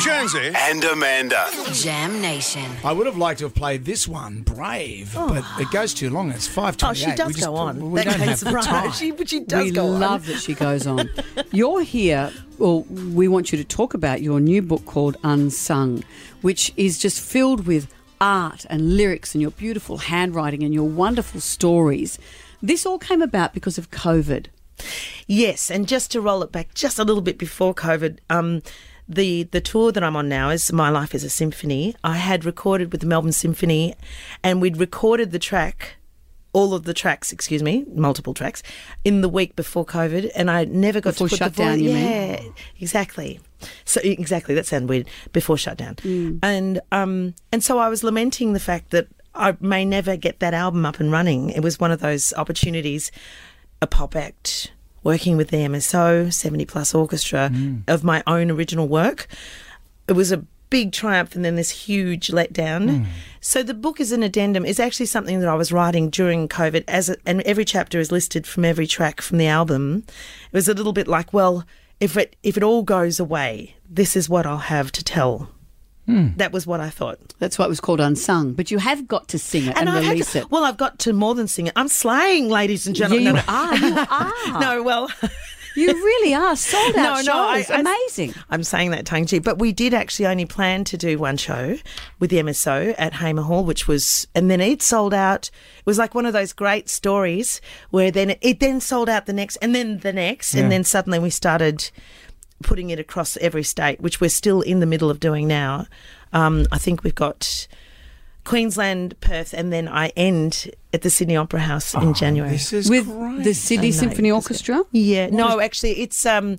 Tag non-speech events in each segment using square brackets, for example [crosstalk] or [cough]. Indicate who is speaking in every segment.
Speaker 1: Jonesy and Amanda.
Speaker 2: Jam Nation.
Speaker 3: I would have liked to have played this one, Brave, but it goes too long. It's five
Speaker 4: Oh, she does go on. That takes the time. [laughs] She, she does
Speaker 5: we
Speaker 4: go on.
Speaker 5: love that she goes on. You're here, well, we want you to talk about your new book called Unsung, which is just filled with art and lyrics and your beautiful handwriting and your wonderful stories. This all came about because of COVID.
Speaker 4: Yes, and just to roll it back just a little bit before COVID, um, the the tour that I'm on now is My Life is a Symphony. I had recorded with the Melbourne Symphony, and we'd recorded the track, all of the tracks, excuse me, multiple tracks, in the week before COVID, and I never got
Speaker 5: Before
Speaker 4: to put the
Speaker 5: shutdown,
Speaker 4: voice-
Speaker 5: you mean?
Speaker 4: yeah, exactly. So e, exactly that sounded weird before shutdown, and um and so I was lamenting the fact that I may never get that album up and running. It was one of those opportunities, a pop act, working with the MSO, seventy plus orchestra of my own original work. It was a big triumph and then this huge letdown. So the book is an addendum. It's actually something that I was writing during COVID as a, and every chapter is listed from every track from the album. It was a little bit like, well, if it if it all goes away, this is what I'll have to tell. That was what I thought.
Speaker 5: That's why it was called Unsung. But you have got to sing it and,
Speaker 4: I've had
Speaker 5: release
Speaker 4: to,
Speaker 5: it.
Speaker 4: Well, I've got to more than sing it. I'm slaying, ladies and
Speaker 5: yeah,
Speaker 4: gentlemen.
Speaker 5: you
Speaker 4: No,
Speaker 5: are. You
Speaker 4: [laughs] no.
Speaker 5: are.
Speaker 4: No, well,
Speaker 5: You really
Speaker 4: [laughs]
Speaker 5: are. Sold out shows.
Speaker 4: I- I-
Speaker 5: Amazing.
Speaker 4: I'm saying that tongue in cheek, but we did actually only plan to do one show with the MSO at Hamer Hall, which was, and then it sold out. It was like one of those great stories where then it, then sold out the next, and then the next, and then suddenly we started putting it across every state, which we're still in the middle of doing now. Um, I think we've got. Queensland, Perth, and then I end at the Sydney Opera House in January.
Speaker 3: Oh, This is
Speaker 5: With
Speaker 3: great.
Speaker 5: the Sydney Symphony Orchestra.
Speaker 4: Yeah. no, actually, it's um,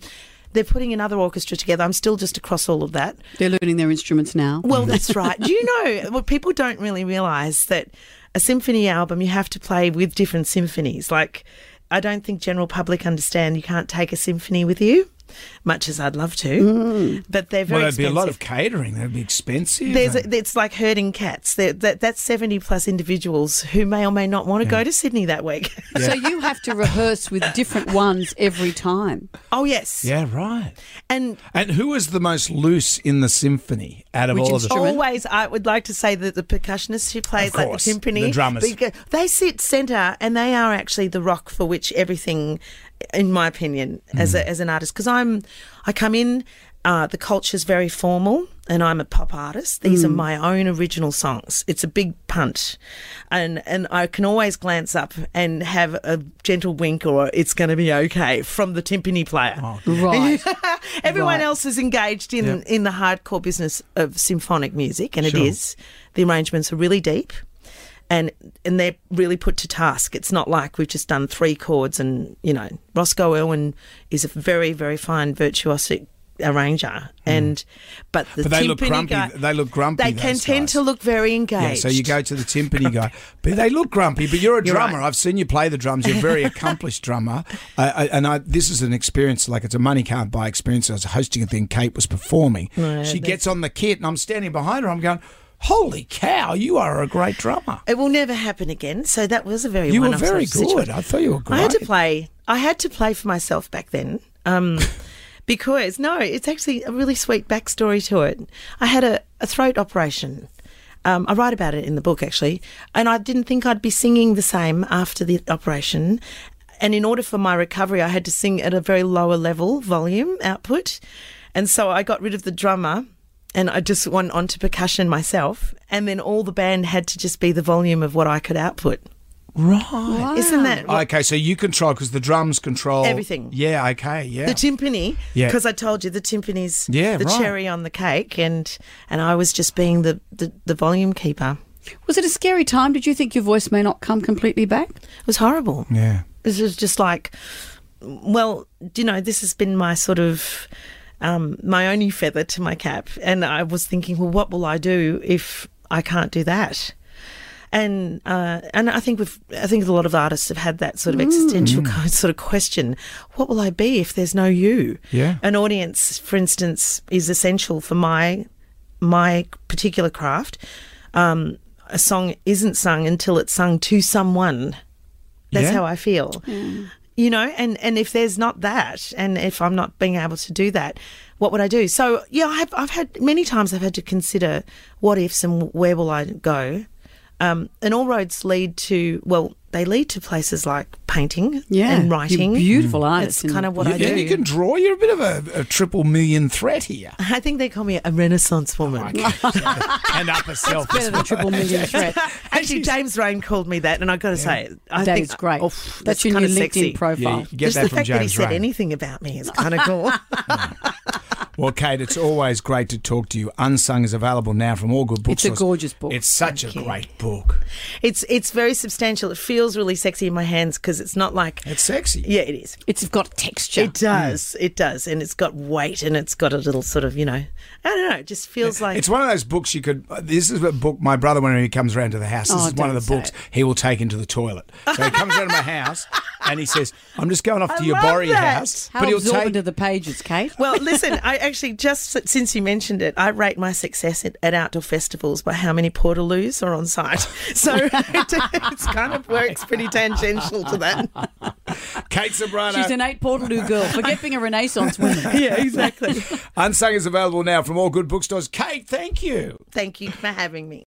Speaker 4: they're putting another orchestra together. I'm still just across all of that.
Speaker 5: They're learning their instruments now.
Speaker 4: Well,
Speaker 5: [laughs]
Speaker 4: that's right. Do you know what people don't really realise that a symphony album you have to play with different symphonies. Like, I don't think general public understand you can't take a symphony with you, much as I'd love to.
Speaker 5: Mm.
Speaker 4: But they're
Speaker 3: well,
Speaker 4: very
Speaker 3: there'd be a lot
Speaker 4: expensive.
Speaker 3: of catering. That'd be expensive.
Speaker 4: There's
Speaker 3: and-
Speaker 4: a, it's like herding cats. There- that, that's 70 plus individuals who may or may not want to go to Sydney that week. [laughs]
Speaker 5: So you have to rehearse with different ones every time.
Speaker 4: oh, yes.
Speaker 3: yeah, right.
Speaker 4: And
Speaker 3: And who is the most loose in the symphony out of
Speaker 5: Which
Speaker 3: all of them?
Speaker 5: instrument?
Speaker 4: Always, I would like to say that the percussionist who plays
Speaker 3: Of
Speaker 4: like the
Speaker 3: course,
Speaker 4: timpani,
Speaker 3: the drummers.
Speaker 4: beca- they sit centre, and they are actually the rock for which everything, in my opinion, as
Speaker 3: Mm.
Speaker 4: a, as an artist, because I'm, I come in, uh, the culture's very formal, and I'm a pop artist. These are
Speaker 3: Mm.
Speaker 4: my own original songs. It's a big punt, and and I can always glance up and have a gentle wink or it's going to be okay from the timpani player.
Speaker 3: Oh,
Speaker 5: Right.
Speaker 4: [laughs] Everyone
Speaker 5: Right.
Speaker 4: else is engaged in, in the hardcore business of symphonic music, and it is. The arrangements are really deep, and and they're really put to task. It's not like we've just done three chords, and you know, Roscoe Irwin is a very very fine virtuosic arranger, and but
Speaker 3: Mm.
Speaker 4: the
Speaker 3: But they look
Speaker 4: timpani
Speaker 3: grumpy-
Speaker 4: guy-
Speaker 3: they look grumpy,
Speaker 4: They can
Speaker 3: those
Speaker 4: tend
Speaker 3: guys.
Speaker 4: to look very engaged.
Speaker 3: Yeah, so you go to the timpani
Speaker 4: [laughs]
Speaker 3: guy, but they look grumpy. But you're a
Speaker 4: You're
Speaker 3: drummer.
Speaker 4: right.
Speaker 3: I've seen you play the drums. You're a
Speaker 4: [laughs]
Speaker 3: very accomplished drummer, I, I, and I, this is an experience like it's a money can't buy experience. I was hosting a thing. Kate was performing. she gets on the kit, and I'm standing behind her. I'm going, "Holy cow! You are a great drummer.
Speaker 4: It will never happen again. So that was a very
Speaker 3: You were
Speaker 4: one-off
Speaker 3: very
Speaker 4: sort of
Speaker 3: good.
Speaker 4: situation.
Speaker 3: I thought you were great.
Speaker 4: I had to play. I had to play for myself back then. Um, because no, it's actually a really sweet backstory to it. I had a, a throat operation. Um, I write about it in the book actually, and I didn't think I'd be singing the same after the operation. And in order for my recovery, I had to sing at a very lower level volume output, and so I got rid of the drummer. And I just went on to percussion myself, and then all the band had to just be the volume of what I could output.
Speaker 3: Right.
Speaker 4: Isn't that
Speaker 3: Okay, so you control because the drums control
Speaker 4: Everything.
Speaker 3: Yeah. Okay. Yeah.
Speaker 4: The timpani,
Speaker 3: Yeah.
Speaker 4: because I told you the timpani's
Speaker 3: Yeah,
Speaker 4: the
Speaker 3: right.
Speaker 4: cherry on the cake, and and I was just being the, the, the volume keeper.
Speaker 5: Was it a scary time? Did you think your voice may not come completely back?
Speaker 4: It was horrible.
Speaker 3: yeah.
Speaker 4: This was just like, well, you know, this has been my sort of um, my only feather to my cap, and I was thinking, well, what will I do if I can't do that? And uh, and I think we've I think a lot of artists have had that sort of existential kind [laughs] sort of question: What will I be if there's no you?
Speaker 3: Yeah.
Speaker 4: an audience, for instance, is essential for my my particular craft. Um, a song isn't sung until it's sung to someone. That's
Speaker 3: Yeah.
Speaker 5: Mm.
Speaker 4: how I feel. you know and and if there's not that and if i'm not being able to do that what would i do so yeah i have i've had many times i've had to consider what ifs and where will i go um, and all roads lead to well they lead to places like painting
Speaker 5: Yeah,
Speaker 4: and
Speaker 5: you're
Speaker 4: writing Mm.
Speaker 5: beautiful artists
Speaker 4: it's
Speaker 5: in-
Speaker 4: kind of what
Speaker 3: You,
Speaker 4: i
Speaker 3: and
Speaker 4: do
Speaker 3: you can draw. You're a bit of a, a triple million threat here.
Speaker 4: [laughs] i think they call me a renaissance
Speaker 5: Oh
Speaker 4: woman [laughs]
Speaker 3: and up herself.
Speaker 5: Better than triple million threat. [laughs]
Speaker 4: Actually, James Rain called me that, and I got to say, I
Speaker 5: That
Speaker 4: think
Speaker 5: is great.
Speaker 4: oh, pff,
Speaker 5: that's your new
Speaker 4: kinda
Speaker 5: LinkedIn
Speaker 4: sexy.
Speaker 5: profile.
Speaker 3: Yeah, you get
Speaker 4: Just
Speaker 3: that
Speaker 4: the
Speaker 3: from
Speaker 4: fact that he
Speaker 3: James
Speaker 4: said
Speaker 3: Rain.
Speaker 4: anything about me is
Speaker 5: [laughs]
Speaker 4: kind of cool.
Speaker 3: Well, Kate, it's always great to talk to you. Unsung is available now from all good
Speaker 5: It's a
Speaker 3: bookstores.
Speaker 5: gorgeous book.
Speaker 3: It's such a
Speaker 4: you.
Speaker 3: great book.
Speaker 4: it's it's very substantial. It feels really sexy in my hands because it's not like
Speaker 3: It's sexy.
Speaker 4: yeah, it is.
Speaker 5: It's got texture.
Speaker 4: It does, it does, and it's got weight, and it's got a little sort of you know, I don't know. It just feels like
Speaker 3: It's one of those books you could. This is a book my brother, whenever he comes around to the house, this
Speaker 5: Oh,
Speaker 3: is one of
Speaker 5: don't
Speaker 3: the
Speaker 5: say
Speaker 3: books
Speaker 5: it.
Speaker 3: he will take into the toilet. So he comes around to my house and he says, "I'm just going
Speaker 5: [laughs]
Speaker 3: off to
Speaker 4: I
Speaker 3: your
Speaker 4: love
Speaker 3: Borry
Speaker 4: that.
Speaker 3: house."
Speaker 5: How
Speaker 3: but he'll
Speaker 5: absorbent
Speaker 3: take.
Speaker 5: are the pages, Kate?
Speaker 4: [laughs] Well, listen, I actually just s- since you mentioned it, I rate my success at, at outdoor festivals by how many portaloos are on site. [laughs] So it, it's kind of works pretty tangential to that.
Speaker 3: Kate Sobrano.
Speaker 5: She's
Speaker 3: [laughs]
Speaker 5: an [laughs] eight portaloo girl.
Speaker 4: [laughs]
Speaker 5: Forget being a Renaissance woman.
Speaker 4: Yeah, exactly.
Speaker 3: Unsung is available now from all good bookstores. Kate, thank you.
Speaker 4: Thank you for having me.